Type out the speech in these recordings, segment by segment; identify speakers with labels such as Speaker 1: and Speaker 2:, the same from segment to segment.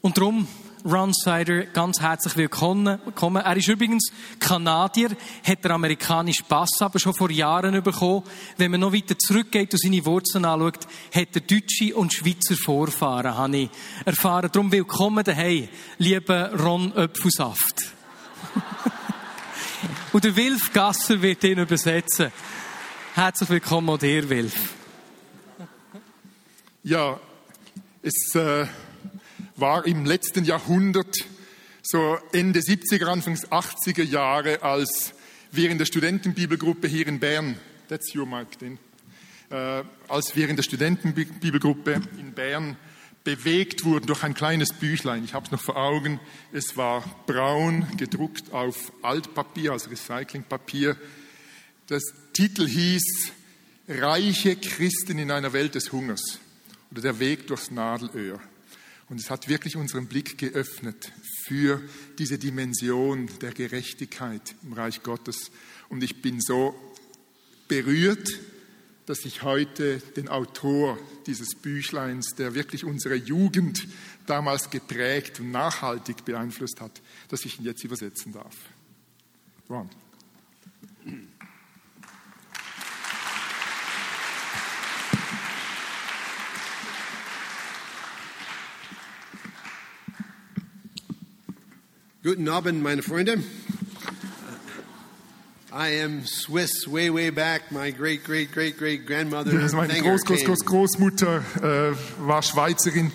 Speaker 1: Und darum, Ron Sider, ganz herzlich willkommen. Er ist übrigens Kanadier, hat den amerikanischen Pass aber schon vor Jahren bekommen. Wenn man noch weiter zurückgeht und seine Wurzeln anschaut, hat er deutsche und Schweizer Vorfahren, habe ich erfahren. Darum willkommen daheim, lieber Ron Öpfelsaft. und der Wilf Gasser wird ihn übersetzen. Herzlich willkommen auch dir, Wilf.
Speaker 2: Ja, es äh, war im letzten Jahrhundert, so Ende 70er, Anfangs 80er Jahre, als wir in der Studentenbibelgruppe hier in Bern, that's your mic, den, äh, als wir in der Studentenbibelgruppe in Bern bewegt wurden durch ein kleines Büchlein. Ich habe es noch vor Augen. Es war braun, gedruckt auf Altpapier, also Recyclingpapier. Das Titel hieß Reiche Christen in einer Welt des Hungers oder der Weg durchs Nadelöhr. Und es hat wirklich unseren Blick geöffnet für diese Dimension der Gerechtigkeit im Reich Gottes. Und ich bin so berührt, dass ich heute den Autor dieses Büchleins, der wirklich unsere Jugend damals geprägt und nachhaltig beeinflusst hat, dass ich ihn jetzt übersetzen darf. Ron.
Speaker 3: Guten Abend, meine Freunde. I am Swiss way, way back. My great, great, great, great grandmother.
Speaker 2: Also meine
Speaker 3: Thanger
Speaker 2: Groß, Groß,
Speaker 3: came.
Speaker 2: Groß, Großmutter äh, war Schweizerin.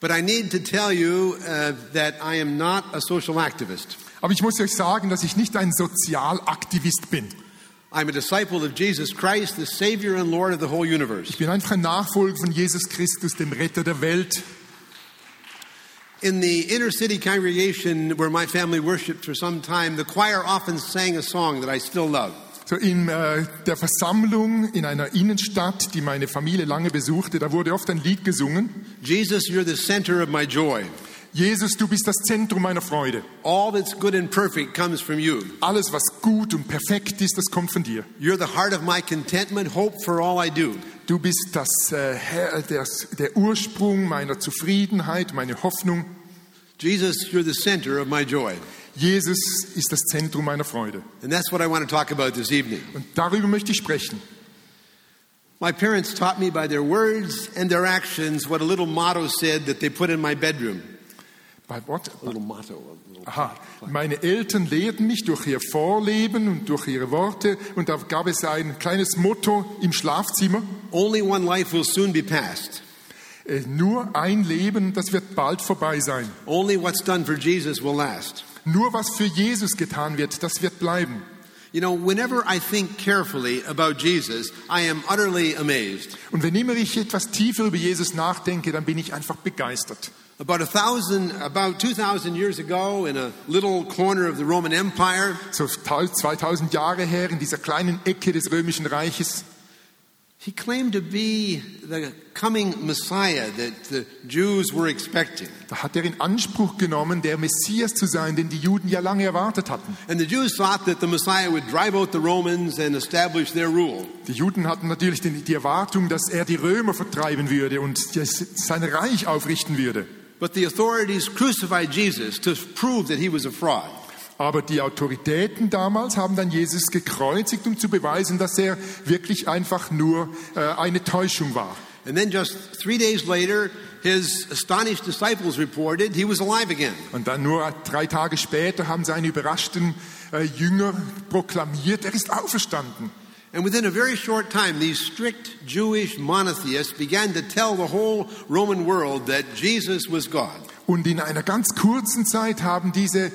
Speaker 3: But I need to tell you uh, that I am not a social activist.
Speaker 2: Aber ich muss euch sagen, dass ich nicht ein Sozialaktivist bin.
Speaker 3: I'm a disciple of Jesus Christ, the Savior and Lord of the whole
Speaker 2: Ich
Speaker 3: universe.
Speaker 2: bin einfach ein Nachfolger von Jesus Christus, dem Retter der Welt.
Speaker 3: In the inner city congregation where my family worshiped for some time, the choir often sang a song that I still love.
Speaker 2: So in äh, der Versammlung in einer Innenstadt, die meine Familie lange besuchte, da wurde oft ein Lied gesungen.
Speaker 3: Jesus, you're the center of my joy.
Speaker 2: Jesus, du bist das Zentrum meiner Freude.
Speaker 3: All that's good and perfect comes from you.
Speaker 2: Alles, was gut und perfekt ist, das kommt von dir.
Speaker 3: You're the heart of my contentment, hope for all I do.
Speaker 2: Du bist das, äh, Herr- das, der Ursprung meiner Zufriedenheit, meine Hoffnung.
Speaker 3: Jesus, you're the center of my joy.
Speaker 2: Jesus ist das Zentrum meiner Freude.
Speaker 3: And that's what I want to talk about this evening.
Speaker 2: Und darüber möchte ich sprechen.
Speaker 3: My parents taught me by their words and their actions what a little motto said that they put in my bedroom.
Speaker 2: Bei Wort.
Speaker 3: A little motto. A little
Speaker 2: Aha, meine Eltern lehrten mich durch ihr Vorleben und durch ihre Worte und da gab es ein kleines Motto im Schlafzimmer.
Speaker 3: Only one life will soon be passed.
Speaker 2: Äh, Nur ein Leben, das wird bald vorbei sein.
Speaker 3: Only what's done for Jesus will last.
Speaker 2: Nur was für Jesus getan wird, das wird bleiben.
Speaker 3: You know, whenever I think carefully about Jesus, I am utterly amazed.
Speaker 2: Und wenn immer ich etwas tiefer über Jesus nachdenke, dann bin ich einfach begeistert.
Speaker 3: About a thousand, about 2,000 years ago, in a little corner of the Roman Empire,
Speaker 2: So 2000 Jahre her in dieser kleinen Ecke des Römischen Reiches,
Speaker 3: he claimed to be the coming Messiah that the Jews were expecting.
Speaker 2: da hat er in Anspruch genommen, der Messias zu sein, den die Juden ja lange erwartet hatten.
Speaker 3: And the Jews thought that the Messiah would drive out the Romans and establish their rule.
Speaker 2: Die Juden hatten natürlich die die Erwartung, dass er die Römer vertreiben würde und das- sein Reich aufrichten würde.
Speaker 3: But the authorities crucified Jesus to prove that he was a fraud.
Speaker 2: Aber die Autoritäten damals haben dann Jesus gekreuzigt, um zu beweisen, dass er wirklich einfach nur äh, eine Täuschung war.
Speaker 3: And then just three days later, his astonished disciples reported he was alive again.
Speaker 2: Und dann nur drei Tage später haben seine überraschten äh, Jünger proklamiert, er ist auferstanden.
Speaker 3: And within a very short time, these strict Jewish monotheists began to tell the whole Roman world that Jesus was God.
Speaker 2: Und in einer ganz kurzen Zeit haben diese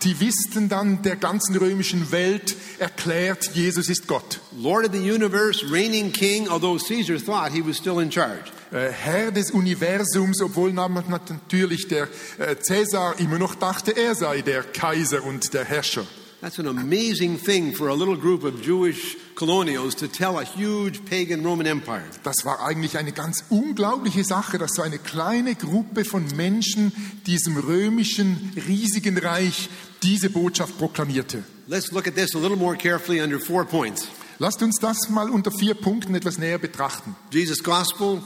Speaker 2: Aktivisten dann der ganzen römischen Welt erklärt, Jesus ist Gott.
Speaker 3: Lord of the universe, reigning king, although Caesar thought he was still in charge.
Speaker 2: Äh, Herr des Universums, obwohl nam- natürlich der äh, Cäsar immer noch dachte, er sei der Kaiser und der Herrscher.
Speaker 3: That's an amazing thing for a little group of Jewish colonials to tell a huge pagan Roman empire.
Speaker 2: Das war eigentlich eine ganz unglaubliche Sache, dass so eine kleine Gruppe von Menschen diesem römischen riesigen Reich diese Botschaft proklamierte.
Speaker 3: Let's look at this a little more carefully under four points
Speaker 2: Lasst uns das mal unter vier Punkten etwas näher betrachten.
Speaker 3: Jesus' gospel,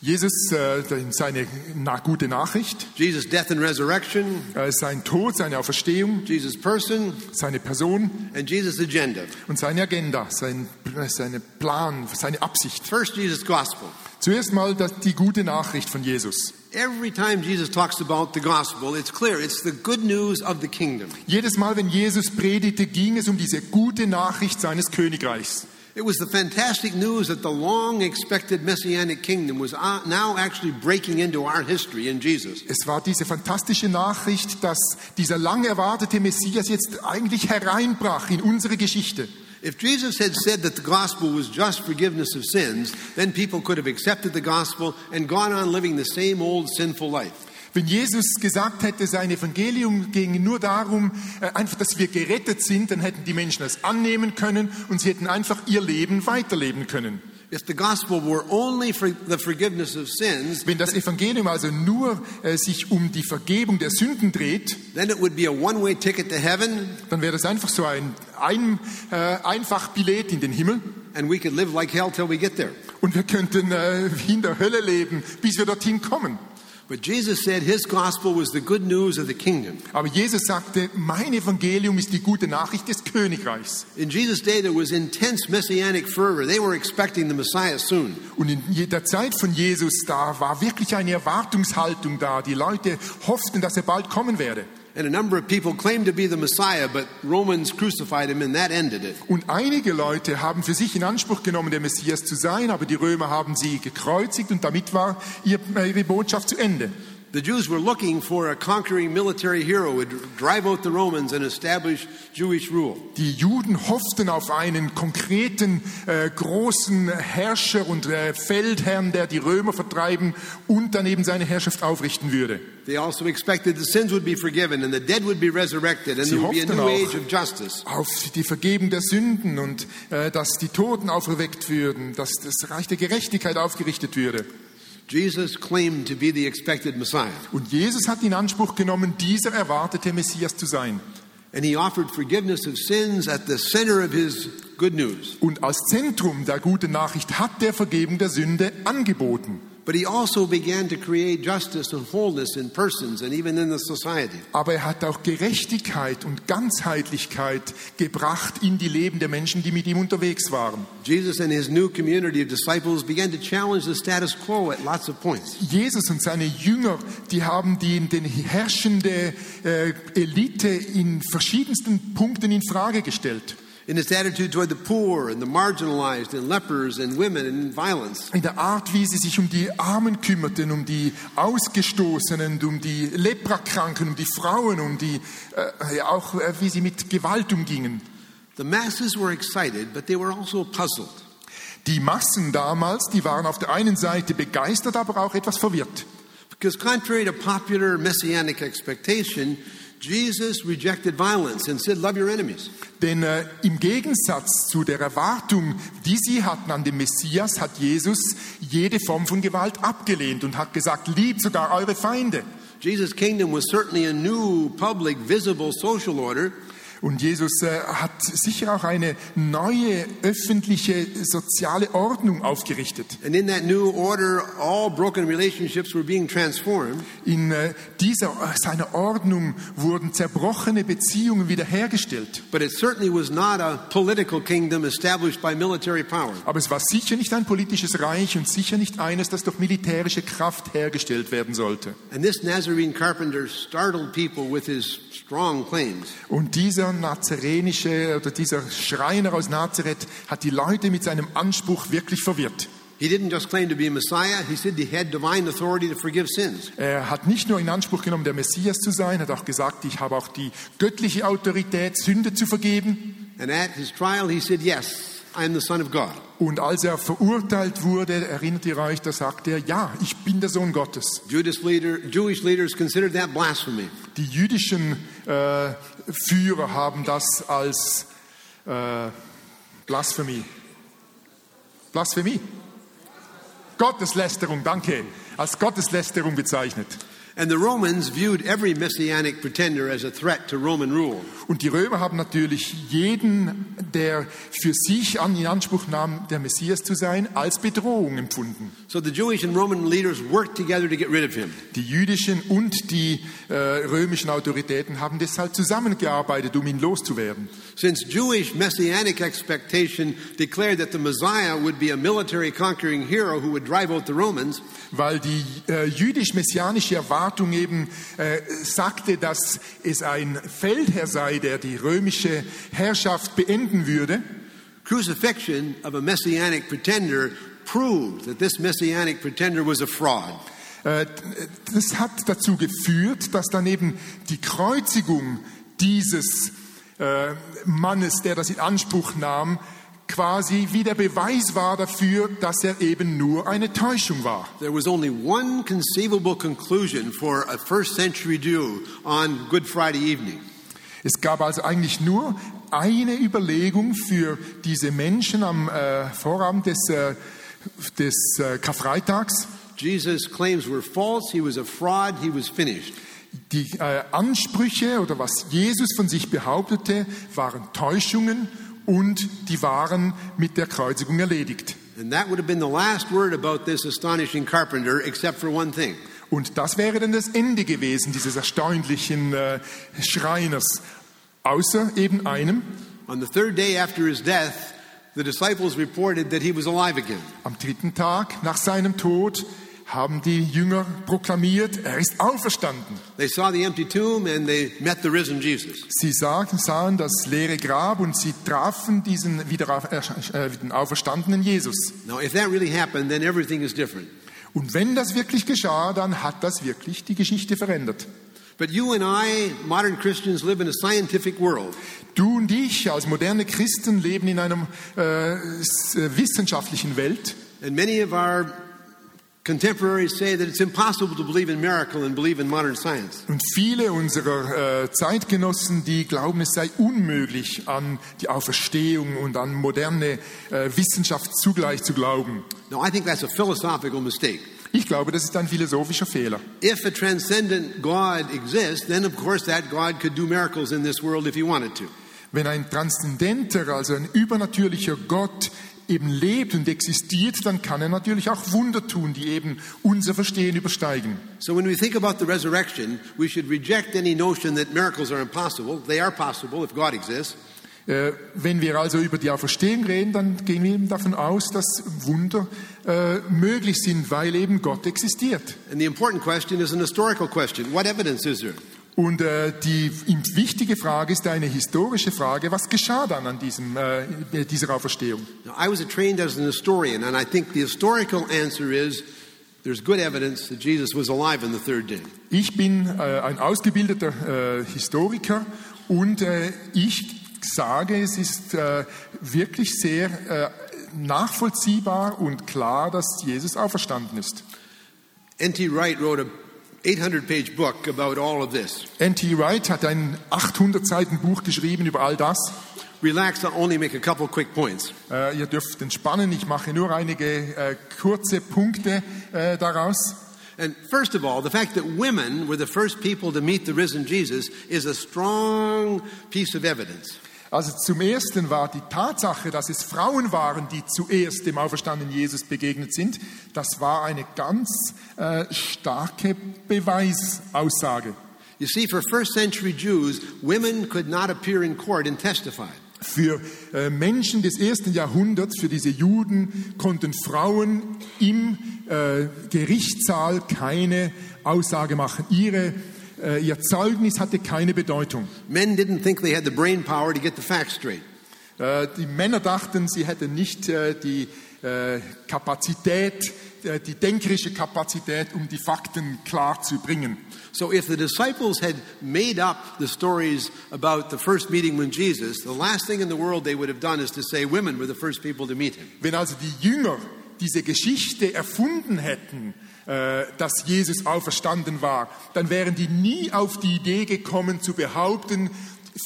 Speaker 2: Jesus, äh, seine na, gute Nachricht,
Speaker 3: Jesus' death and resurrection,
Speaker 2: äh, sein Tod, seine Auferstehung,
Speaker 3: Jesus' person,
Speaker 2: seine Person
Speaker 3: and Jesus' agenda.
Speaker 2: und seine Agenda, sein äh, seine Plan, seine Absicht.
Speaker 3: First, Jesus' gospel.
Speaker 2: Zuerst mal das, die gute Nachricht von Jesus.
Speaker 3: Every time Jesus talks about the gospel, it's clear it's the good news of the kingdom.
Speaker 2: Jedes Mal, wenn Jesus predigte, ging es um diese gute Nachricht seines Königreichs.
Speaker 3: It was the fantastic news that the long expected messianic kingdom was uh, now actually breaking into our history in Jesus.
Speaker 2: Es war diese fantastische Nachricht, dass dieser lang erwartete Messias jetzt eigentlich hereinbrach in unsere Geschichte.
Speaker 3: If Jesus had said that the gospel was just forgiveness of sins, then people could have accepted the gospel and gone on living the same old sinful life.
Speaker 2: Wenn Jesus gesagt hätte, sein Evangelium ging nur darum, äh, einfach, dass wir gerettet sind, dann hätten die Menschen das annehmen können und sie hätten einfach ihr Leben weiterleben können.
Speaker 3: If the gospel were only for the forgiveness of sins,
Speaker 2: Wenn das Evangelium also nur äh, sich um die Vergebung der Sünden dreht,
Speaker 3: then it would be a one way ticket to heaven
Speaker 2: dann wäre das einfach so ein, ein äh, einfach Billett in den Himmel
Speaker 3: and we could live like hell till we get there.
Speaker 2: und wir könnten äh, wie in der Hölle leben, bis wir dorthin kommen.
Speaker 3: But Jesus said his gospel was the good news of the kingdom.
Speaker 2: Aber Jesus sagte, mein Evangelium ist die gute Nachricht des Königreichs.
Speaker 3: In Jesus' day, there was intense messianic fervor. They were expecting the Messiah soon.
Speaker 2: Und in jeder Zeit von Jesus da war wirklich eine Erwartungshaltung da. Die Leute hofften, dass er bald kommen werde.
Speaker 3: And a number of people claimed to be the Messiah, but Romans crucified him, and that ended it.
Speaker 2: Und einige Leute haben für sich in Anspruch genommen, der Messias zu sein, aber die Römer haben sie gekreuzigt und damit war ihr- äh, ihre Botschaft zu Ende.
Speaker 3: The Jews were looking for a conquering military hero who would drive out the Romans and establish Jewish rule.
Speaker 2: Die Juden hofften auf einen konkreten, äh, großen Herrscher und äh, Feldherrn, der die Römer vertreiben und dann eben seine Herrschaft aufrichten würde.
Speaker 3: They also expected the sins would be forgiven and the dead would be resurrected, and
Speaker 2: Sie
Speaker 3: there would be a
Speaker 2: hofften
Speaker 3: new
Speaker 2: auch.
Speaker 3: age of justice.
Speaker 2: auf die Vergebung der Sünden und äh, dass die Toten auferweckt würden, dass das Reich der Gerechtigkeit aufgerichtet würde.
Speaker 3: Jesus claimed to be the expected Messiah,
Speaker 2: Und Jesus hat in Anspruch genommen, dieser erwartete Messias zu sein.
Speaker 3: and he offered forgiveness of sins at the center of his good news.
Speaker 2: Und als Zentrum der guten Nachricht hat der Vergebung der Sünde angeboten.
Speaker 3: But he also began to create justice and wholeness in persons and even in the society.
Speaker 2: Aber er hat auch Gerechtigkeit und Ganzheitlichkeit gebracht in die Leben der Menschen, die mit ihm unterwegs waren.
Speaker 3: Jesus and his new community of disciples began to challenge the status quo at lots of points.
Speaker 2: Jesus und seine Jünger, die haben die, den herrschende äh, Elite in verschiedensten Punkten in Frage gestellt.
Speaker 3: In his attitude toward the poor and the marginalized and lepers and women and violence.
Speaker 2: in der Art, wie sie sich um die Armen kümmerten, um die Ausgestoßenen, um die Leprakranken, um die Frauen, um die, äh, ja, auch äh, wie sie mit Gewalt umgingen.
Speaker 3: The masses were excited, but they were also puzzled.
Speaker 2: Die Massen damals, die waren auf der einen Seite begeistert, aber auch etwas verwirrt.
Speaker 3: Because contrary to popular messianic expectation, Jesus rejected violence and said, Love your enemies.
Speaker 2: Denn äh, im Gegensatz zu der Erwartung, die sie hatten an den Messias, hat Jesus jede Form von Gewalt abgelehnt und hat gesagt, liebt sogar eure Feinde.
Speaker 3: Jesus' kingdom was certainly a new, public, visible social order,
Speaker 2: Und Jesus äh, hat sicher auch eine neue öffentliche soziale Ordnung aufgerichtet.
Speaker 3: And in that new order, all broken relationships were being transformed,
Speaker 2: In äh, dieser äh, seiner Ordnung wurden zerbrochene Beziehungen wiederhergestellt.
Speaker 3: but it certainly was not a political kingdom established by military power.
Speaker 2: Aber es war sicher nicht ein politisches Reich und sicher nicht eines, das durch militärische Kraft hergestellt werden sollte.
Speaker 3: And this Nazarene carpenter startled people with his strong claims.
Speaker 2: Und dieser nazarenische oder dieser Schreiner aus Nazareth hat die Leute mit seinem Anspruch wirklich verwirrt.
Speaker 3: He didn't just claim to be Messiah, he said he had divine authority to forgive sins.
Speaker 2: Er hat nicht nur in Anspruch genommen, der Messias zu sein, hat auch gesagt, ich habe auch die göttliche Autorität, Sünde zu vergeben.
Speaker 3: And at his trial, he said, Yes, I am the Son of God.
Speaker 2: Und als er verurteilt wurde, erinnert ihr euch, da sagte er, ja, ich bin der Sohn Gottes.
Speaker 3: Judas leader, Jewish leaders considered that blasphemy.
Speaker 2: Die jüdischen äh, Führer haben das als äh, Blasphemie. Blasphemie. Gotteslästerung, danke. Als Gotteslästerung bezeichnet.
Speaker 3: And the Romans viewed every messianic pretender as a threat to Roman rule.
Speaker 2: Und die Römer haben natürlich jeden, der für sich an in Anspruch nahm, der Messias zu sein, als Bedrohung empfunden.
Speaker 3: So the Jewish and Roman leaders worked together to get rid of him.
Speaker 2: Die jüdischen und die äh, römischen Autoritäten haben deshalb zusammengearbeitet, um ihn loszuwerden.
Speaker 3: Since Jewish messianic expectation declared that the Messiah would be a military conquering hero who would drive out the Romans,
Speaker 2: Weil die äh, jüdisch-messianische Erwartung eben äh, sagte, dass es ein Feldherr sei, der die römische Herrschaft beenden würde.
Speaker 3: crucifixion of a messianic pretender proved that this messianic pretender was a fraud.
Speaker 2: Äh, Das hat dazu geführt, dass dann eben die Kreuzigung dieses äh, Mannes, der das in Anspruch nahm, quasi wie der Beweis war dafür, dass er eben nur eine Täuschung war.
Speaker 3: There was only one conceivable conclusion for a first century Jew on Good Friday evening.
Speaker 2: Es gab also eigentlich nur eine Überlegung für diese Menschen am äh, Vorabend des, äh, des äh, Karfreitags.
Speaker 3: Jesus' claims were false, he was a fraud, he was finished.
Speaker 2: Die äh, Ansprüche oder was Jesus von sich behauptete, waren Täuschungen und die waren mit der Kreuzigung erledigt.
Speaker 3: And that would have been the last word about this astonishing carpenter, except for one thing.
Speaker 2: Und das wäre dann das Ende gewesen dieses erstaunlichen äh, Schreiners, außer eben einem.
Speaker 3: On the third day after his death, the disciples reported that he was alive again.
Speaker 2: Am dritten Tag nach seinem Tod haben die Jünger proklamiert, er ist auferstanden.
Speaker 3: They saw the empty tomb and they met the risen Jesus.
Speaker 2: Sie sagten, sahen das leere Grab und sie trafen diesen wieder äh, den auferstandenen Jesus.
Speaker 3: Now, if that really happened, then everything is different.
Speaker 2: Und wenn das wirklich geschah, dann hat das wirklich die Geschichte verändert.
Speaker 3: But you and I, modern Christians, live in a scientific world.
Speaker 2: Du und ich als moderne Christen leben in einer äh, s- äh, wissenschaftlichen Welt
Speaker 3: And many of our contemporaries say that it's impossible to believe in miracle and believe in modern science.
Speaker 2: und viele unserer äh, Zeitgenossen, die glauben, es sei unmöglich, an die Auferstehung und an moderne äh, Wissenschaft zugleich zu glauben.
Speaker 3: Now, I think that's a philosophical mistake.
Speaker 2: Ich glaube, das ist ein philosophischer Fehler.
Speaker 3: If a transcendent God exists, then of course that God could do miracles in this world if he wanted to.
Speaker 2: Wenn ein transzendenter, also ein übernatürlicher Gott eben lebt und existiert, dann kann er natürlich auch Wunder tun, die eben unser Verstehen übersteigen.
Speaker 3: So when we think about the resurrection, we should reject any notion that miracles are impossible. They are possible if God exists.
Speaker 2: Äh, Wenn wir also über die Auferstehung reden, dann gehen wir eben davon aus, dass Wunder äh, möglich sind, weil eben Gott existiert.
Speaker 3: And the important question is an historical question. What evidence is there?
Speaker 2: Und äh, die ihm wichtige Frage ist eine historische Frage, was geschah dann an diesem, äh, dieser Auferstehung?
Speaker 3: Now, I was trained as an historian, and I think the historical answer is there's good evidence that Jesus was alive on the third day.
Speaker 2: Ich bin äh, ein ausgebildeter äh, Historiker und äh, ich sage, es ist äh, wirklich sehr äh, nachvollziehbar und klar, dass Jesus auferstanden ist.
Speaker 3: N.T. Wright wrote a 800 page book about all of this.
Speaker 2: N.T. Wright hat ein 800 Seiten Buch geschrieben über all das.
Speaker 3: Relax, I'll only make a couple quick points.
Speaker 2: Äh, ihr dürft entspannen, ich mache nur einige äh, kurze Punkte äh, daraus.
Speaker 3: And first of all, the fact that women were the first people to meet the risen Jesus is a strong piece of evidence.
Speaker 2: Also zum Ersten war die Tatsache, dass es Frauen waren, die zuerst dem auferstandenen Jesus begegnet sind. Das war eine ganz äh, starke Beweisaussage.
Speaker 3: You see, for first century Jews, women could not appear in court and testify.
Speaker 2: Für äh, Menschen des ersten Jahrhunderts, für diese Juden, konnten Frauen im äh, Gerichtssaal keine Aussage machen. Ihre, äh, ihr Zeugnis hatte keine Bedeutung.
Speaker 3: Men didn't think they had the brain power to get the facts straight.
Speaker 2: Äh, die Männer dachten, sie hätten nicht äh, die äh, Kapazität, äh, die denkerische Kapazität, um die Fakten klar zu bringen.
Speaker 3: So if the disciples had made up the stories about the first meeting with Jesus, the last thing in the world they would have done is to say women were the first people to meet him.
Speaker 2: Wenn also die Jünger diese Geschichte erfunden hätten, äh, dass Jesus auferstanden war, dann wären die nie auf die Idee gekommen zu behaupten,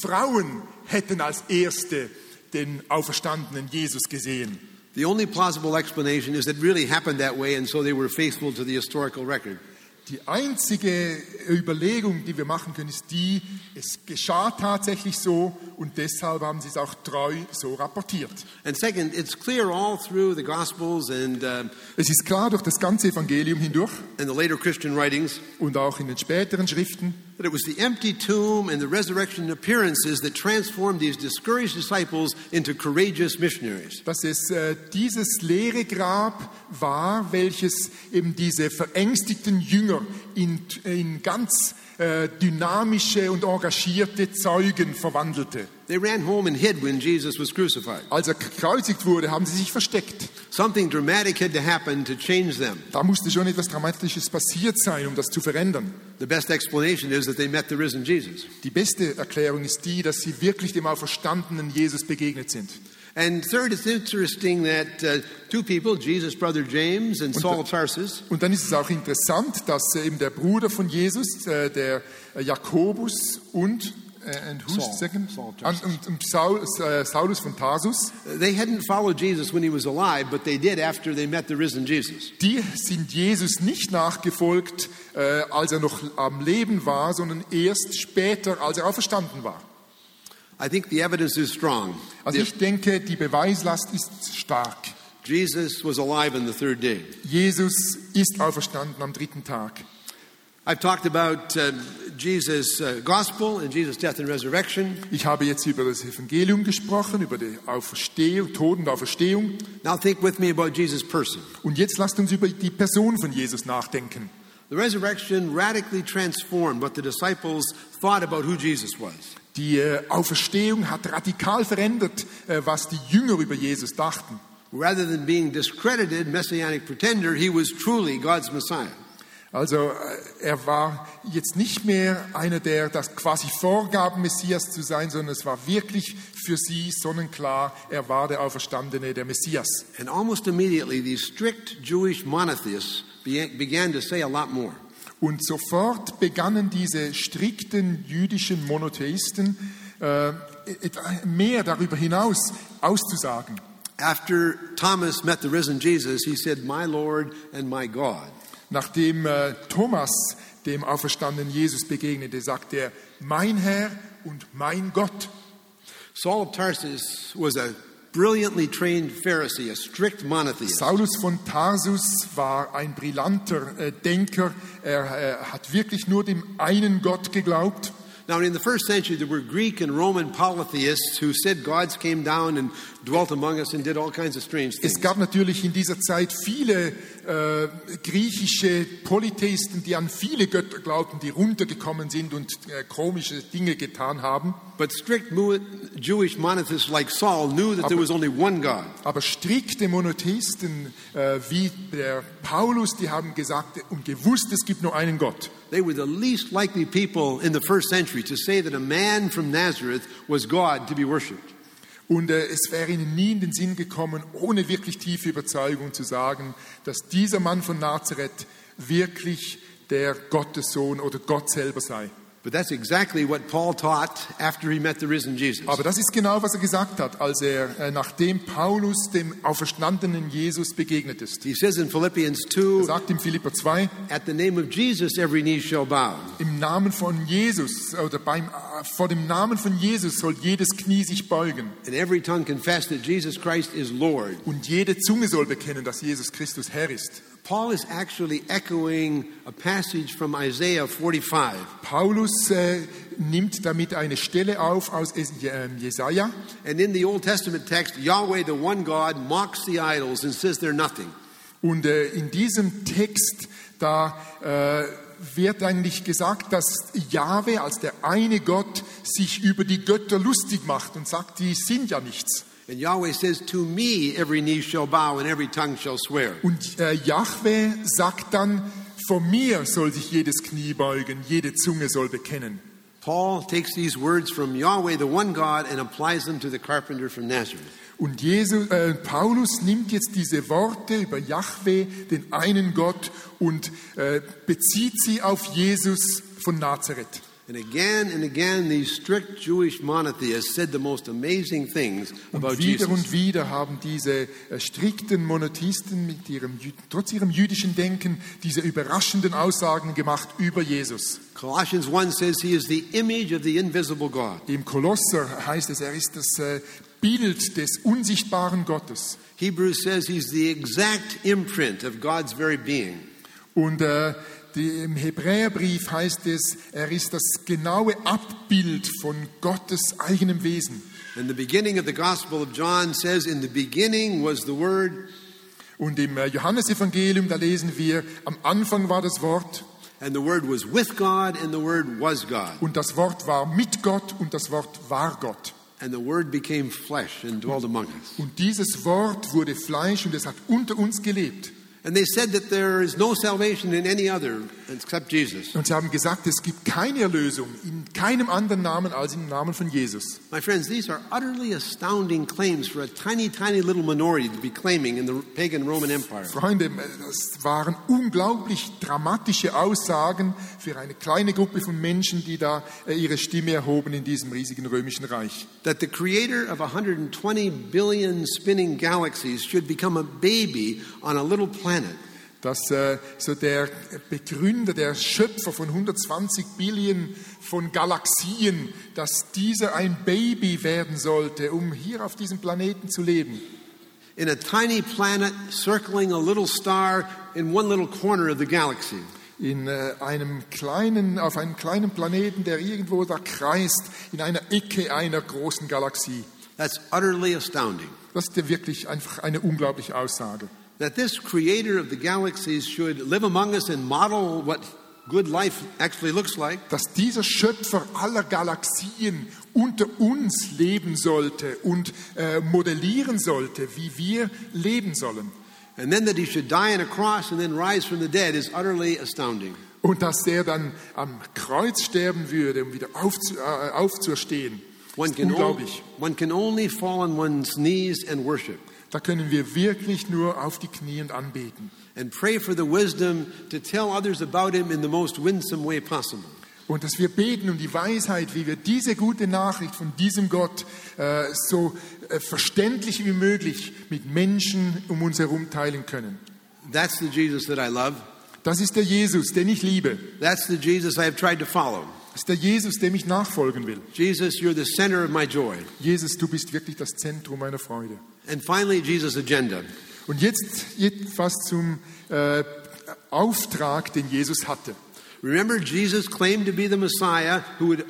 Speaker 2: Frauen hätten als erste den auferstandenen Jesus gesehen.
Speaker 3: The only plausible explanation is it really happened that way and so they were faithful to the historical record.
Speaker 2: Die einzige Überlegung, die wir machen können, ist die, es geschah tatsächlich so und deshalb haben sie es auch treu so rapportiert.
Speaker 3: And second, it's clear all through the Gospels and, uh,
Speaker 2: Es ist klar durch das ganze Evangelium hindurch
Speaker 3: and the later Christian writings
Speaker 2: und auch in den späteren Schriften,
Speaker 3: that it was the empty tomb and the resurrection appearances that transformed these discouraged disciples into courageous missionaries.
Speaker 2: dass es äh, dieses leere Grab war, welches eben diese verängstigten Jünger in, in ganz äh, dynamische und engagierte Zeugen verwandelte.
Speaker 3: They ran home and hid when Jesus was crucified.
Speaker 2: Als er gekreuzigt wurde, haben sie sich versteckt.
Speaker 3: Something dramatic had to happen to change them.
Speaker 2: Da musste schon etwas Dramatisches passiert sein, um das zu verändern.
Speaker 3: The best explanation is that they met the risen Jesus.
Speaker 2: Die beste Erklärung ist die, dass sie wirklich dem auferstandenen Jesus begegnet sind.
Speaker 3: And third, it's interesting that uh, two people, Jesus' brother James and Saul of Tarsus,
Speaker 2: Und dann ist es auch interessant, dass äh, eben der Bruder von Jesus, äh, der äh, Jakobus und äh, and who's
Speaker 3: Saul.
Speaker 2: second?
Speaker 3: Saul of
Speaker 2: An- und, und Saul, äh, Saulus von Tarsus,
Speaker 3: they hadn't followed Jesus when he was alive, but they did after they met the risen Jesus.
Speaker 2: die sind Jesus nicht nachgefolgt, äh, als er noch am Leben war, sondern erst später, als er auferstanden war.
Speaker 3: I think the evidence is strong.
Speaker 2: Also ich denke, die Beweislast ist stark.
Speaker 3: Jesus was alive on the third day.
Speaker 2: Jesus ist auferstanden am dritten Tag.
Speaker 3: I've talked about uh, Jesus' uh, gospel and Jesus' death and resurrection.
Speaker 2: Ich habe jetzt über das Evangelium gesprochen, über die Auferstehung, Tod und Auferstehung.
Speaker 3: Now think with me about Jesus' person.
Speaker 2: Und jetzt lasst uns über die Person von Jesus nachdenken.
Speaker 3: The resurrection radically transformed what the disciples thought about who Jesus was.
Speaker 2: Die äh, Auferstehung hat radikal verändert, äh, was die Jünger über Jesus dachten.
Speaker 3: Rather than being discredited messianic pretender, he was truly God's Messiah.
Speaker 2: Also äh, er war jetzt nicht mehr einer, der das quasi vorgab, Messias zu sein, sondern es war wirklich für sie sonnenklar, er war der Auferstandene, der Messias.
Speaker 3: And almost immediately, these strict Jewish monotheists be- began to say a lot more.
Speaker 2: Und sofort begannen diese strikten jüdischen Monotheisten äh, et- mehr darüber hinaus auszusagen.
Speaker 3: After Thomas met the risen Jesus, he said, My Lord and my God.
Speaker 2: Nachdem äh, Thomas dem auferstandenen Jesus begegnete, sagte er, mein Herr und mein Gott.
Speaker 3: Saul of Tarsus was a brilliantly trained Pharisee, a strict monotheist.
Speaker 2: Saulus von Tarsus war ein brillanter äh, Denker. Er äh, hat wirklich nur dem einen Gott geglaubt.
Speaker 3: Now, in the first century, there were Greek and Roman polytheists who said gods came down and dwelt among us and did all kinds of strange things.
Speaker 2: Es gab natürlich in dieser Zeit viele äh, griechische Polytheisten, die an viele Götter glaubten, die runtergekommen sind und äh, komische Dinge getan haben.
Speaker 3: But strict Mu- Jewish monotheists like Saul knew that there was only one God.
Speaker 2: Aber strikte Monotheisten äh, wie der Paulus, die haben gesagt und gewusst, es gibt nur einen Gott.
Speaker 3: They were the least likely people in the first century to say that a man from Nazareth was God to be worshipped.
Speaker 2: Und äh, es wäre ihnen nie in den Sinn gekommen, ohne wirklich tiefe Überzeugung zu sagen, dass dieser Mann von Nazareth wirklich der Gottessohn oder Gott selber sei.
Speaker 3: But that's exactly what Paul taught after he met the risen Jesus.
Speaker 2: Aber das ist genau, was er gesagt hat, als er äh, nachdem Paulus dem auferstandenen Jesus begegnet ist.
Speaker 3: He says in Philippians
Speaker 2: Er
Speaker 3: 2
Speaker 2: sagt in Philipper 2,
Speaker 3: At the name of Jesus, every knee shall bow.
Speaker 2: im Namen von Jesus oder beim, äh, vor dem Namen von Jesus soll jedes Knie sich beugen.
Speaker 3: And every tongue confess that Jesus Christ is Lord.
Speaker 2: Und jede Zunge soll bekennen, dass Jesus Christus Herr ist.
Speaker 3: Paul is actually echoing a passage from Isaiah 45.
Speaker 2: Paulus äh, nimmt damit eine Stelle auf aus Es- äh, Jesaja.
Speaker 3: And in the Old Testament text, Yahweh, the one God, mocks the idols and says they're nothing.
Speaker 2: Und äh, in diesem Text, da äh, wird eigentlich gesagt, dass Jahwe als der eine Gott sich über die Götter lustig macht und sagt, die sind ja nichts.
Speaker 3: And Yahweh says, To me every knee shall bow and every tongue shall swear.
Speaker 2: Und äh, Jahwe sagt dann, vor mir soll sich jedes Knie beugen, jede Zunge soll bekennen.
Speaker 3: Paul takes these words from Yahweh, the one God, and applies them to the carpenter from Nazareth.
Speaker 2: Und Jesus, äh, Paulus nimmt jetzt diese Worte über Jahwe, den einen Gott, und äh, bezieht sie auf Jesus von Nazareth.
Speaker 3: And And again and again, these strict Jewish monotheists said the most amazing things about
Speaker 2: Und wieder
Speaker 3: Jesus.
Speaker 2: und wieder haben diese äh, strikten Monotheisten mit ihrem, Jü- trotz ihrem jüdischen Denken diese überraschenden Aussagen gemacht über Jesus.
Speaker 3: Colossians 1 says he is the image of the invisible God.
Speaker 2: Im Kolosser heißt es, er ist das äh, Bild des unsichtbaren Gottes.
Speaker 3: Hebrews says he's the exact imprint of God's very being.
Speaker 2: Und äh, die, im Hebräerbrief heißt es, er ist das genaue Abbild von Gottes eigenem Wesen.
Speaker 3: And the beginning of the Gospel of John says, In the beginning was the Word,
Speaker 2: Und im äh, Johannesevangelium, da lesen wir, am Anfang war das Wort
Speaker 3: and the Word was with God, and the Word was God.
Speaker 2: und das Wort war mit Gott und das Wort war Gott.
Speaker 3: And the Word became flesh and dwelt among us.
Speaker 2: Und dieses Wort wurde Fleisch und es hat unter uns gelebt.
Speaker 3: And they said that there is no salvation in any other except Jesus.
Speaker 2: Und sie haben gesagt, es gibt keine Erlösung in keinem anderen Namen als im Namen von Jesus.
Speaker 3: My friends, these are utterly astounding claims for a tiny, tiny little minority to be claiming in the pagan Roman Empire.
Speaker 2: Freunde, das waren unglaublich dramatische Aussagen für eine kleine Gruppe von Menschen, die da äh, ihre Stimme erhoben in diesem riesigen römischen Reich.
Speaker 3: That the creator of 120 billion spinning galaxies should become a baby on a little planet.
Speaker 2: Dass äh, so der Begründer, der Schöpfer von 120 Billionen von Galaxien, dass dieser ein Baby werden sollte, um hier auf diesem Planeten zu leben.
Speaker 3: in a tiny planet circling a little star in one little corner of the galaxy.
Speaker 2: in äh, einem kleinen, auf einem kleinen Planeten, der irgendwo da kreist, in einer Ecke einer großen Galaxie.
Speaker 3: That's utterly astounding.
Speaker 2: Das ist ja wirklich einfach eine unglaubliche Aussage.
Speaker 3: That this creator of the galaxies should live among us and model what good life actually looks like.
Speaker 2: Dass dieser Schöpfer aller Galaxien unter uns leben sollte und äh, modellieren sollte, wie wir leben sollen.
Speaker 3: And then that he should die on a cross and then rise from the dead is utterly astounding.
Speaker 2: Und dass er dann am Kreuz sterben würde, um wieder aufzu, äh, aufzuerstehen. Das
Speaker 3: One
Speaker 2: ist
Speaker 3: can, only,
Speaker 2: unglaublich.
Speaker 3: one can only fall on one's knees and worship
Speaker 2: Da können wir wirklich nur auf die Knie und anbeten.
Speaker 3: and pray for the wisdom to tell others about him in the most winsome way possible.
Speaker 2: Und dass wir beten um die Weisheit, wie wir diese gute Nachricht von diesem Gott äh, so äh, verständlich wie möglich mit Menschen um uns herum teilen können.
Speaker 3: That's the Jesus that I love.
Speaker 2: Das ist der Jesus, den ich liebe.
Speaker 3: That's the Jesus I have tried to follow.
Speaker 2: Das ist der Jesus, dem ich nachfolgen will.
Speaker 3: Jesus, you're the center of my joy.
Speaker 2: Jesus, du bist wirklich das Zentrum meiner Freude.
Speaker 3: And finally, Jesus' agenda.
Speaker 2: Und jetzt, jetzt fast zum äh, Auftrag, den Jesus hatte.
Speaker 3: Remember, Jesus claimed to be the Messiah who would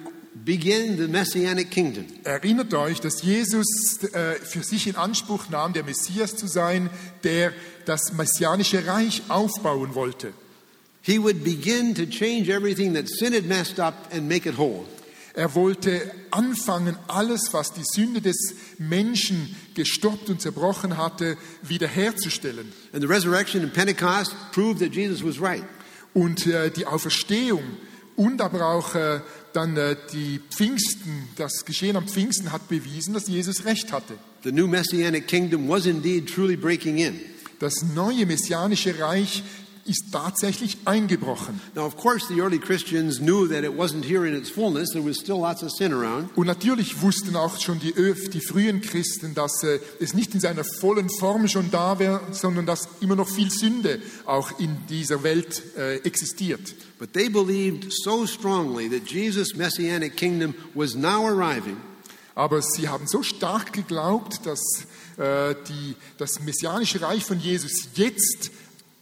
Speaker 3: begin the Messianic kingdom.
Speaker 2: Erinnert euch, dass Jesus äh, für sich in Anspruch nahm, der Messias zu sein, der das messianische Reich aufbauen wollte.
Speaker 3: He would begin to change everything that sin had messed up and make it whole.
Speaker 2: Er wollte anfangen, alles, was die Sünde des Menschen gestoppt und zerbrochen hatte, wiederherzustellen.
Speaker 3: And the resurrection and Pentecost proved that Jesus was right.
Speaker 2: Und äh, die Auferstehung und aber auch äh, dann äh, die Pfingsten, das Geschehen am Pfingsten hat bewiesen, dass Jesus recht hatte.
Speaker 3: The new Messianic kingdom was indeed truly breaking in.
Speaker 2: Das neue messianische Reich ist tatsächlich eingebrochen.
Speaker 3: Now, of course, the early Christians knew that it wasn't here in its fullness. There was still lots of sin around.
Speaker 2: Und natürlich wussten auch schon die, Öf, die frühen Christen, dass äh, es nicht in seiner vollen Form schon da wäre, sondern dass immer noch viel Sünde auch in dieser Welt äh, existiert.
Speaker 3: But they believed so strongly that Jesus' messianic kingdom was now arriving
Speaker 2: Aber sie haben so stark geglaubt, dass äh, die, das messianische Reich von Jesus jetzt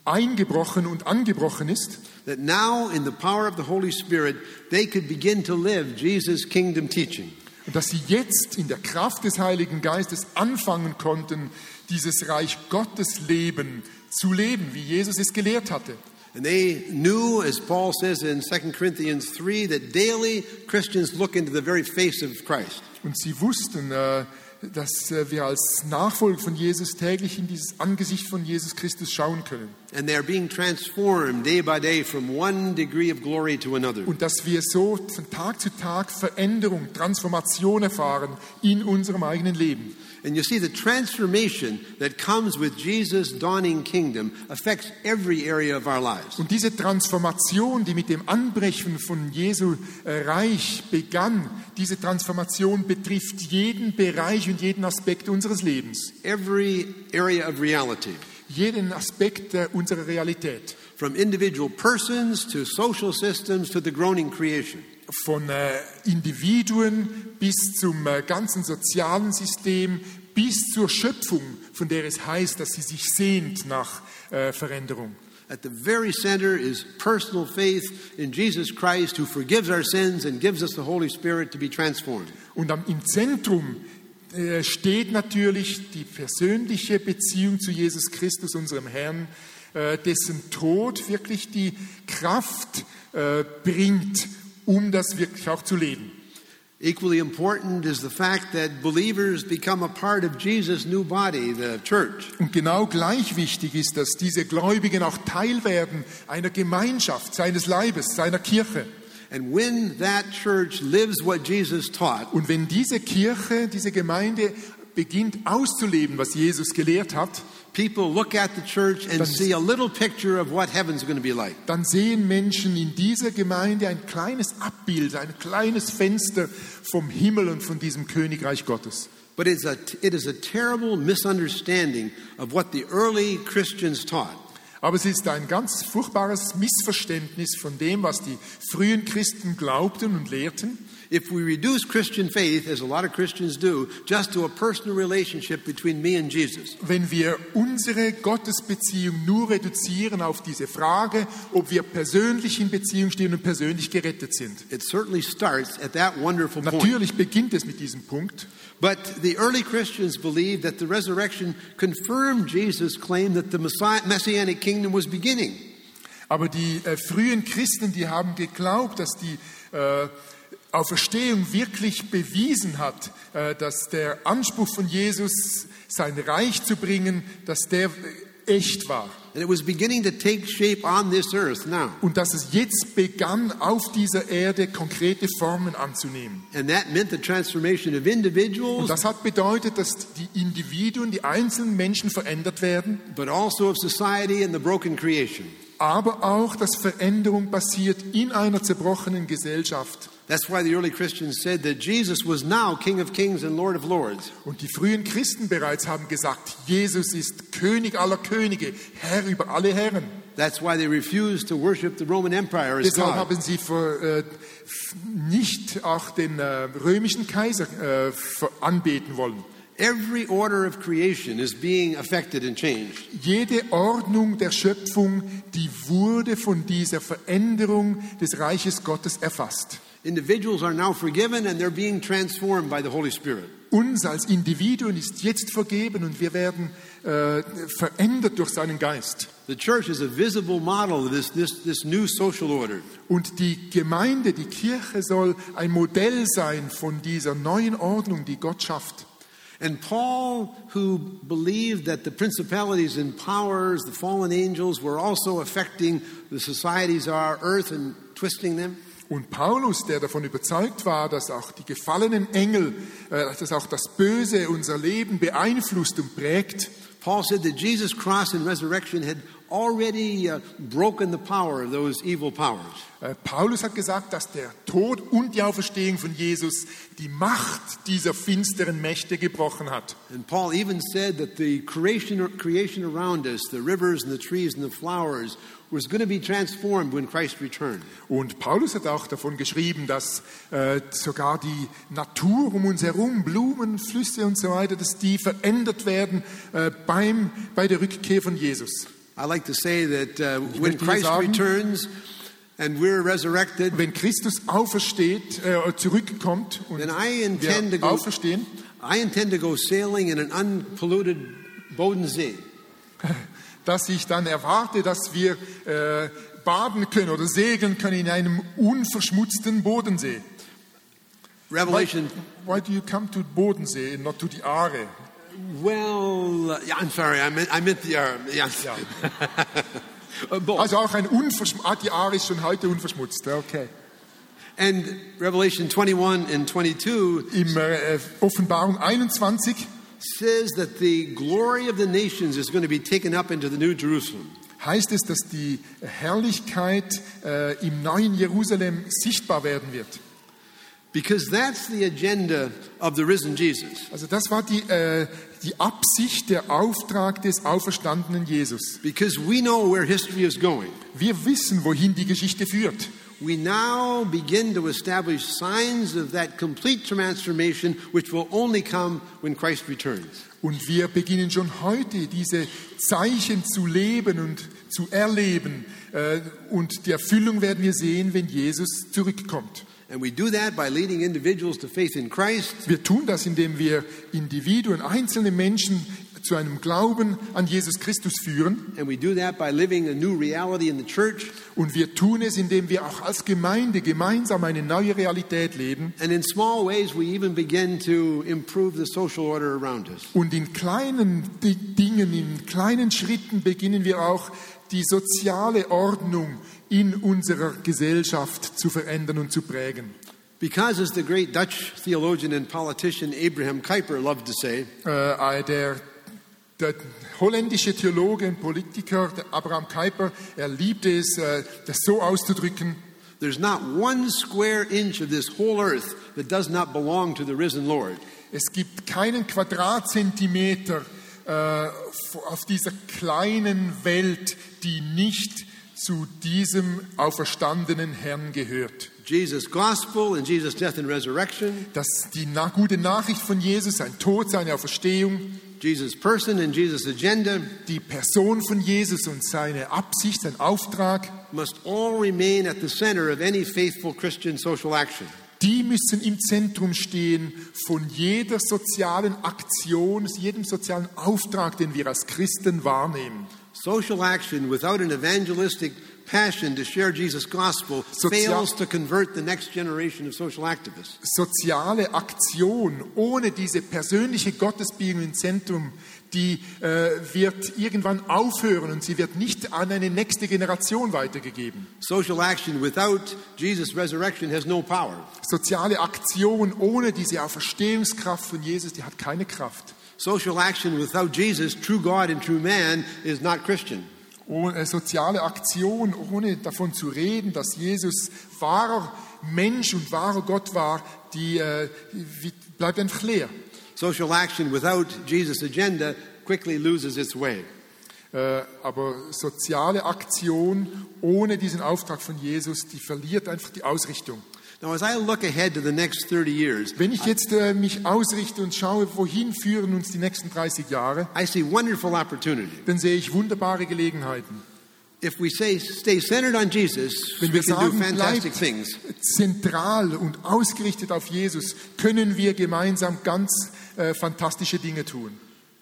Speaker 2: eingebrochen und angebrochen ist,
Speaker 3: that now, in the power of the Holy Spirit, they could begin to live Jesus' kingdom teaching.
Speaker 2: und dass sie jetzt in der Kraft des Heiligen Geistes anfangen konnten, dieses Reich Gottes Leben zu leben, wie Jesus es gelehrt hatte.
Speaker 3: And they knew, as Paul says in 2 Corinthians 3, that daily Christians look into the very face of Christ.
Speaker 2: Und sie wussten, äh, dass äh, wir als Nachfolger von Jesus täglich in dieses Angesicht von Jesus Christus schauen können
Speaker 3: And they are being transformed day by day from one degree of glory to another.
Speaker 2: und dass wir so von Tag zu Tag Veränderung, Transformation erfahren in unserem eigenen Leben.
Speaker 3: And you see, the transformation that comes with Jesus' dawning kingdom affects every area of our lives.
Speaker 2: Und diese Transformation, die mit dem Anbrechen von Jesu äh, Reich begann, diese Transformation betrifft jeden Bereich und jeden Aspekt unseres Lebens,
Speaker 3: Every area of reality,
Speaker 2: jeden Aspekt äh, unserer Realität,
Speaker 3: from individual persons to social systems to the groaning creation.
Speaker 2: von äh, Individuen bis zum äh, ganzen sozialen System, bis zur Schöpfung, von der es heißt, dass sie sich sehnt nach äh, Veränderung.
Speaker 3: At the very center is personal faith in Jesus Christ who forgives our sins and gives us the Holy Spirit to be transformed.
Speaker 2: Und am, im Zentrum äh, steht natürlich die persönliche Beziehung zu Jesus Christus, unserem Herrn, äh, dessen Tod wirklich die Kraft äh, bringt, um das wirklich auch zu leben.
Speaker 3: Equally important is the fact that believers become a part of Jesus' new body, the church.
Speaker 2: Und genau gleich wichtig ist, dass diese Gläubigen auch Teil werden einer Gemeinschaft, seines Leibes, seiner Kirche.
Speaker 3: And when that church lives what Jesus taught,
Speaker 2: Und wenn diese Kirche, diese Gemeinde beginnt auszuleben, was Jesus gelehrt hat,
Speaker 3: people look at the church and
Speaker 2: Dann-
Speaker 3: see a little picture of what heaven's going to be like.
Speaker 2: dann sehen Menschen in dieser Gemeinde ein kleines Abbild, ein kleines Fenster vom Himmel und von diesem Königreich Gottes.
Speaker 3: But it's a, it is a terrible misunderstanding of what the early Christians taught.
Speaker 2: Aber es ist ein ganz furchtbares Missverständnis von dem, was die frühen Christen glaubten und lehrten.
Speaker 3: If we reduce Christian faith, as a lot of Christians do, just to a personal relationship between me and Jesus,
Speaker 2: Wenn wir unsere Gottesbeziehung nur reduzieren auf diese Frage, ob wir persönlich in Beziehung stehen und persönlich gerettet sind.
Speaker 3: it certainly starts at that wonderful point.
Speaker 2: Natürlich beginnt es mit diesem Punkt.
Speaker 3: But the early Christians believed that the resurrection confirmed Jesus' claim that the Messi- messianic kingdom was beginning.
Speaker 2: Aber die äh, frühen Christen, die haben geglaubt, dass die äh, Auferstehung wirklich bewiesen hat, äh, dass der Anspruch von Jesus, sein Reich zu bringen, dass der äh, echt war.
Speaker 3: And it was beginning to take shape on this earth now.
Speaker 2: Und dass es jetzt begann, auf dieser Erde konkrete Formen anzunehmen.
Speaker 3: And that meant the transformation of individuals,
Speaker 2: Und das hat bedeutet, dass die Individuen, die einzelnen Menschen verändert werden,
Speaker 3: but also of society and the broken creation.
Speaker 2: aber auch, dass Veränderung passiert in einer zerbrochenen Gesellschaft.
Speaker 3: That's why the early Christians said that Jesus was now King of Kings and Lord of Lords.
Speaker 2: Und die frühen Christen bereits haben gesagt, Jesus ist König aller Könige, Herr über alle Herren.
Speaker 3: That's why they refused to worship the Roman Empire as
Speaker 2: Deshalb
Speaker 3: God.
Speaker 2: haben sie vor, äh, nicht auch den äh, römischen Kaiser äh, ver- anbeten wollen.
Speaker 3: Every order of creation is being affected and changed.
Speaker 2: Jede Ordnung der Schöpfung, die wurde von dieser Veränderung des Reiches Gottes erfasst.
Speaker 3: Individuals are now forgiven and they're being transformed by the Holy Spirit.
Speaker 2: Uns als Individuen ist jetzt vergeben und wir werden äh, verändert durch seinen Geist.
Speaker 3: The church is a visible model of this, this, this new social order.
Speaker 2: Und die Gemeinde, die Kirche soll ein Modell sein von dieser neuen Ordnung, die Gott schafft.
Speaker 3: And Paul, who believed that the principalities and powers, the fallen angels, were also affecting the societies of our earth and twisting them,
Speaker 2: Und Paulus, der davon überzeugt war, dass auch die gefallenen Engel, äh, dass auch das Böse unser Leben beeinflusst und prägt,
Speaker 3: Paul said that Jesus' cross and resurrection had already uh, broken the power of those evil powers.
Speaker 2: äh, Paulus hat gesagt, dass der Tod und die Auferstehung von Jesus die Macht dieser finsteren Mächte gebrochen hat.
Speaker 3: And Paul even said that the creation, creation around us, the rivers and the trees and the flowers, was going to be transformed when Christ returned.
Speaker 2: Und Paulus hat auch davon geschrieben, dass äh, sogar die Natur um uns herum, Blumen, Flüsse und so weiter, dass die verändert werden äh, beim, bei der Rückkehr von Jesus.
Speaker 3: I like to say that uh, when
Speaker 2: möchte hier
Speaker 3: Christ
Speaker 2: sagen-
Speaker 3: returns and we're resurrected,
Speaker 2: Wenn Christus aufersteht, äh, zurückkommt und
Speaker 3: Then I intend to
Speaker 2: wir
Speaker 3: go-
Speaker 2: auferstehen,
Speaker 3: I intend to go sailing in an unpolluted Bowden Sea.
Speaker 2: dass ich dann erwarte, dass wir äh, baden können oder segeln können in einem unverschmutzten Bodensee. Why,
Speaker 3: Revelation.
Speaker 2: why do you come to Bodensee and not to the Aare?
Speaker 3: Well, uh, yeah, I'm sorry. I meant, I meant the uh, yeah.
Speaker 2: Ja.
Speaker 3: Uh, both.
Speaker 2: Also auch ein unverschmutzter, ah, die Aare ist schon heute unverschmutzt, Ja, okay.
Speaker 3: And Revelation 21 and 22
Speaker 2: Im äh, Offenbarung 21
Speaker 3: says that the glory of the nations is going to be taken up into the New Jerusalem.
Speaker 2: heißt es, dass die Herrlichkeit äh, im neuen Jerusalem sichtbar werden wird.
Speaker 3: Because that's the agenda of the risen Jesus.
Speaker 2: Also das war die, äh, die Absicht, der Auftrag des auferstandenen Jesus.
Speaker 3: Because we know where history is going.
Speaker 2: Wir wissen, wohin die Geschichte führt.
Speaker 3: We now begin to establish signs of that complete transformation which will only come when Christ returns.
Speaker 2: Und wir beginnen schon heute diese Zeichen zu leben und zu erleben. Äh, Und die Erfüllung werden wir sehen, wenn Jesus zurückkommt.
Speaker 3: And we do that by leading individuals to faith in Christ,
Speaker 2: Wir tun das, indem wir Individuen, einzelne Menschen zu einem Glauben an Jesus Christus führen.
Speaker 3: and we do that by living a new reality in the church,
Speaker 2: Und wir tun es, indem wir auch als Gemeinde gemeinsam eine neue Realität leben.
Speaker 3: and in small ways we even begin to improve the social order around us.
Speaker 2: Und in kleinen Di- Dingen, in kleinen Schritten beginnen wir auch die soziale Ordnung in unserer Gesellschaft zu verändern und zu prägen.
Speaker 3: Because, as the great Dutch theologian and politician Abraham Kuyper loved to say,
Speaker 2: Äh, der, der holländische Theologe und Politiker der Abraham Kuyper, er liebte es, äh, das so auszudrücken,
Speaker 3: there's not one square inch of this whole earth that does not belong to the risen Lord.
Speaker 2: Es gibt keinen Quadratzentimeter äh, auf dieser kleinen Welt, die nicht zu diesem auferstandenen Herrn gehört.
Speaker 3: Jesus' gospel and Jesus' death and resurrection,
Speaker 2: Dass die na gute Nachricht von Jesus, sein Tod, seine Auferstehung,
Speaker 3: Jesus' person and Jesus' agenda
Speaker 2: die Person von Jesus und seine Absicht, sein Auftrag,
Speaker 3: must all remain at the center of any faithful Christian social action.
Speaker 2: die müssen im Zentrum stehen von jeder sozialen Aktion, jedem sozialen Auftrag, den wir als Christen wahrnehmen.
Speaker 3: Social action without an evangelistic passion to share Jesus' gospel
Speaker 2: Sozial-
Speaker 3: fails to convert the next generation of social activists.
Speaker 2: soziale Aktion ohne diese persönliche Gottesbegegnung im Zentrum, die äh, wird irgendwann aufhören und sie wird nicht an eine nächste Generation weitergegeben.
Speaker 3: Social action without Jesus' resurrection has no power.
Speaker 2: Soziale Aktion ohne diese Auferstehungskraft von Jesus, die hat keine Kraft.
Speaker 3: Social action without Jesus, true God and true man, is not Christian.
Speaker 2: Ohne, äh, soziale Aktion ohne davon zu reden, dass Jesus wahrer Mensch und wahrer Gott war, die äh, wie, bleibt einfach leer.
Speaker 3: Social action without Jesus' agenda quickly loses its way.
Speaker 2: Äh, aber soziale Aktion ohne diesen Auftrag von Jesus, die verliert einfach die Ausrichtung.
Speaker 3: Now, as I look ahead to the next 30 years,
Speaker 2: Wenn ich jetzt äh, mich ausrichte und schaue, wohin führen uns die nächsten 30 Jahre,
Speaker 3: I see wonderful opportunity.
Speaker 2: dann sehe ich wunderbare Gelegenheiten.
Speaker 3: If we say stay centered on Jesus,
Speaker 2: Wenn
Speaker 3: we
Speaker 2: wir
Speaker 3: can do
Speaker 2: sagen,
Speaker 3: fantastic
Speaker 2: bleibt
Speaker 3: things.
Speaker 2: zentral und ausgerichtet auf Jesus, können wir gemeinsam ganz äh, fantastische Dinge tun.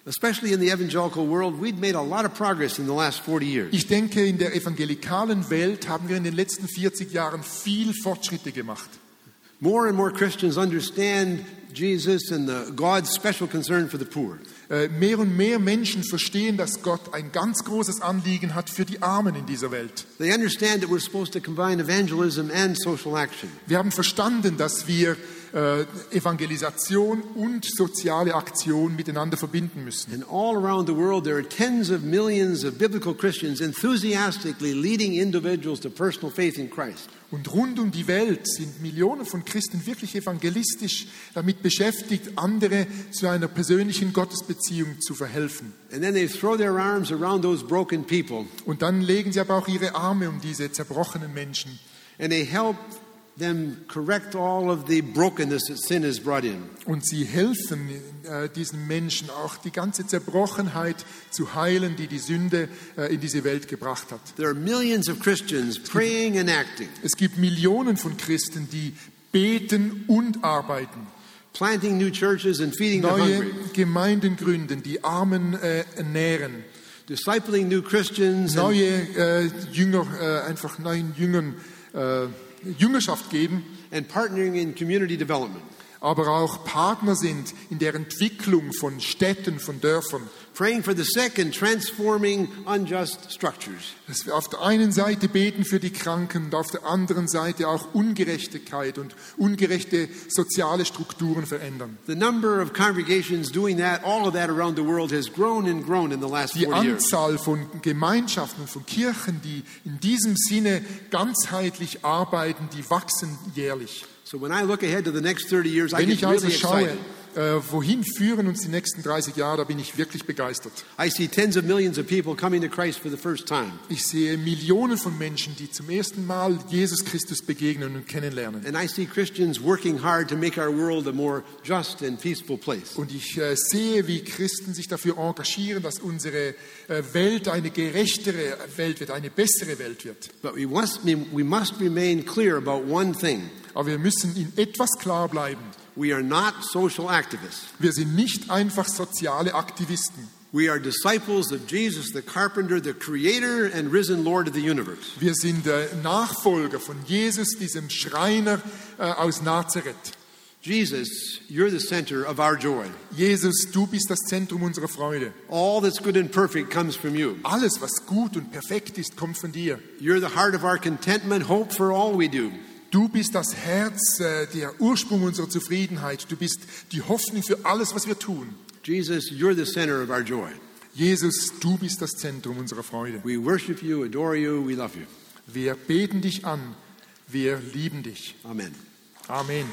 Speaker 3: Especially in the evangelical world, we've made a lot of progress in the last 40 years.
Speaker 2: Ich denke, in der evangelikalen Welt haben wir in den letzten 40 Jahren viel Fortschritte gemacht.
Speaker 3: More and more Christians understand Jesus and the God's special concern for the poor.
Speaker 2: Äh, Mehr und mehr Menschen verstehen, dass Gott ein ganz großes Anliegen hat für die Armen in dieser Welt.
Speaker 3: They understand that we're supposed to combine evangelism and social action.
Speaker 2: Wir haben verstanden, dass wir äh, Evangelisation und soziale Aktion miteinander verbinden müssen.
Speaker 3: And all around the world, there are tens of millions of biblical Christians enthusiastically leading individuals to personal faith in Christ.
Speaker 2: Und rund um die Welt sind Millionen von Christen wirklich evangelistisch damit beschäftigt, andere zu einer persönlichen Gottesbeziehung zu verhelfen.
Speaker 3: And then they throw their arms around those broken people
Speaker 2: Und dann legen sie aber auch ihre Arme um diese zerbrochenen Menschen.
Speaker 3: and they help them correct all of the brokenness that sin has brought in.
Speaker 2: Und sie helfen äh, diesen Menschen auch die ganze Zerbrochenheit zu heilen, die die Sünde äh, in diese Welt gebracht hat.
Speaker 3: There are millions of Christians praying and acting,
Speaker 2: Es gibt Millionen von Christen, die beten und arbeiten,
Speaker 3: planting new churches and feeding the
Speaker 2: neue
Speaker 3: hungry,
Speaker 2: Gemeinden gründen, die Armen äh, ernähren,
Speaker 3: discipling new Christians, and
Speaker 2: neue äh, Jünger, äh, einfach neuen Jüngern äh, Jüngerschaft geben
Speaker 3: and partnering in community development.
Speaker 2: aber auch Partner sind in der Entwicklung von Städten, von Dörfern.
Speaker 3: praying for the sick and transforming unjust structures.
Speaker 2: Dass wir auf der einen Seite beten für die Kranken und auf der anderen Seite auch Ungerechtigkeit und ungerechte soziale Strukturen verändern.
Speaker 3: The number of congregations doing that, all of that around the world, has grown and grown in the last
Speaker 2: Die
Speaker 3: 40 years.
Speaker 2: Anzahl von Gemeinschaften, von Kirchen, die in diesem Sinne ganzheitlich arbeiten, die wachsen jährlich.
Speaker 3: So when I look ahead to the next 30 years, I
Speaker 2: Wenn
Speaker 3: get
Speaker 2: ich also
Speaker 3: really
Speaker 2: schaue,
Speaker 3: excited.
Speaker 2: äh, wohin führen uns die nächsten 30 Jahre, da bin ich wirklich begeistert.
Speaker 3: I see tens of millions of people coming to Christ for the first time.
Speaker 2: Ich sehe Millionen von Menschen, die zum ersten Mal Jesus Christus begegnen und kennenlernen.
Speaker 3: And I see Christians working hard to make our world a more just and peaceful place.
Speaker 2: Und ich äh, sehe, wie Christen sich dafür engagieren, dass unsere äh, Welt eine gerechtere Welt wird, eine bessere Welt wird.
Speaker 3: But we must, we must remain clear about one thing
Speaker 2: Aber wir müssen in etwas klar bleiben.
Speaker 3: we are not social activists.
Speaker 2: Wir sind nicht einfach soziale Aktivisten.
Speaker 3: We are disciples of Jesus, the carpenter, the creator, and risen Lord of the universe.
Speaker 2: Wir sind äh, Nachfolger von Jesus, diesem Schreiner äh, aus Nazareth.
Speaker 3: Jesus, you're the center of our joy.
Speaker 2: Jesus, du bist das Zentrum unserer Freude.
Speaker 3: All that's good and perfect comes from you.
Speaker 2: Alles, was gut und perfekt ist, kommt von dir.
Speaker 3: You're the heart of our contentment, hope for all we do.
Speaker 2: Du bist das Herz, äh, der Ursprung unserer Zufriedenheit. Du bist die Hoffnung für alles, was wir tun.
Speaker 3: Jesus, you're the center of our joy.
Speaker 2: Jesus, du bist das Zentrum unserer Freude.
Speaker 3: We worship you, adore you, we love you.
Speaker 2: Wir beten dich an. Wir lieben dich.
Speaker 3: Amen.
Speaker 2: Amen.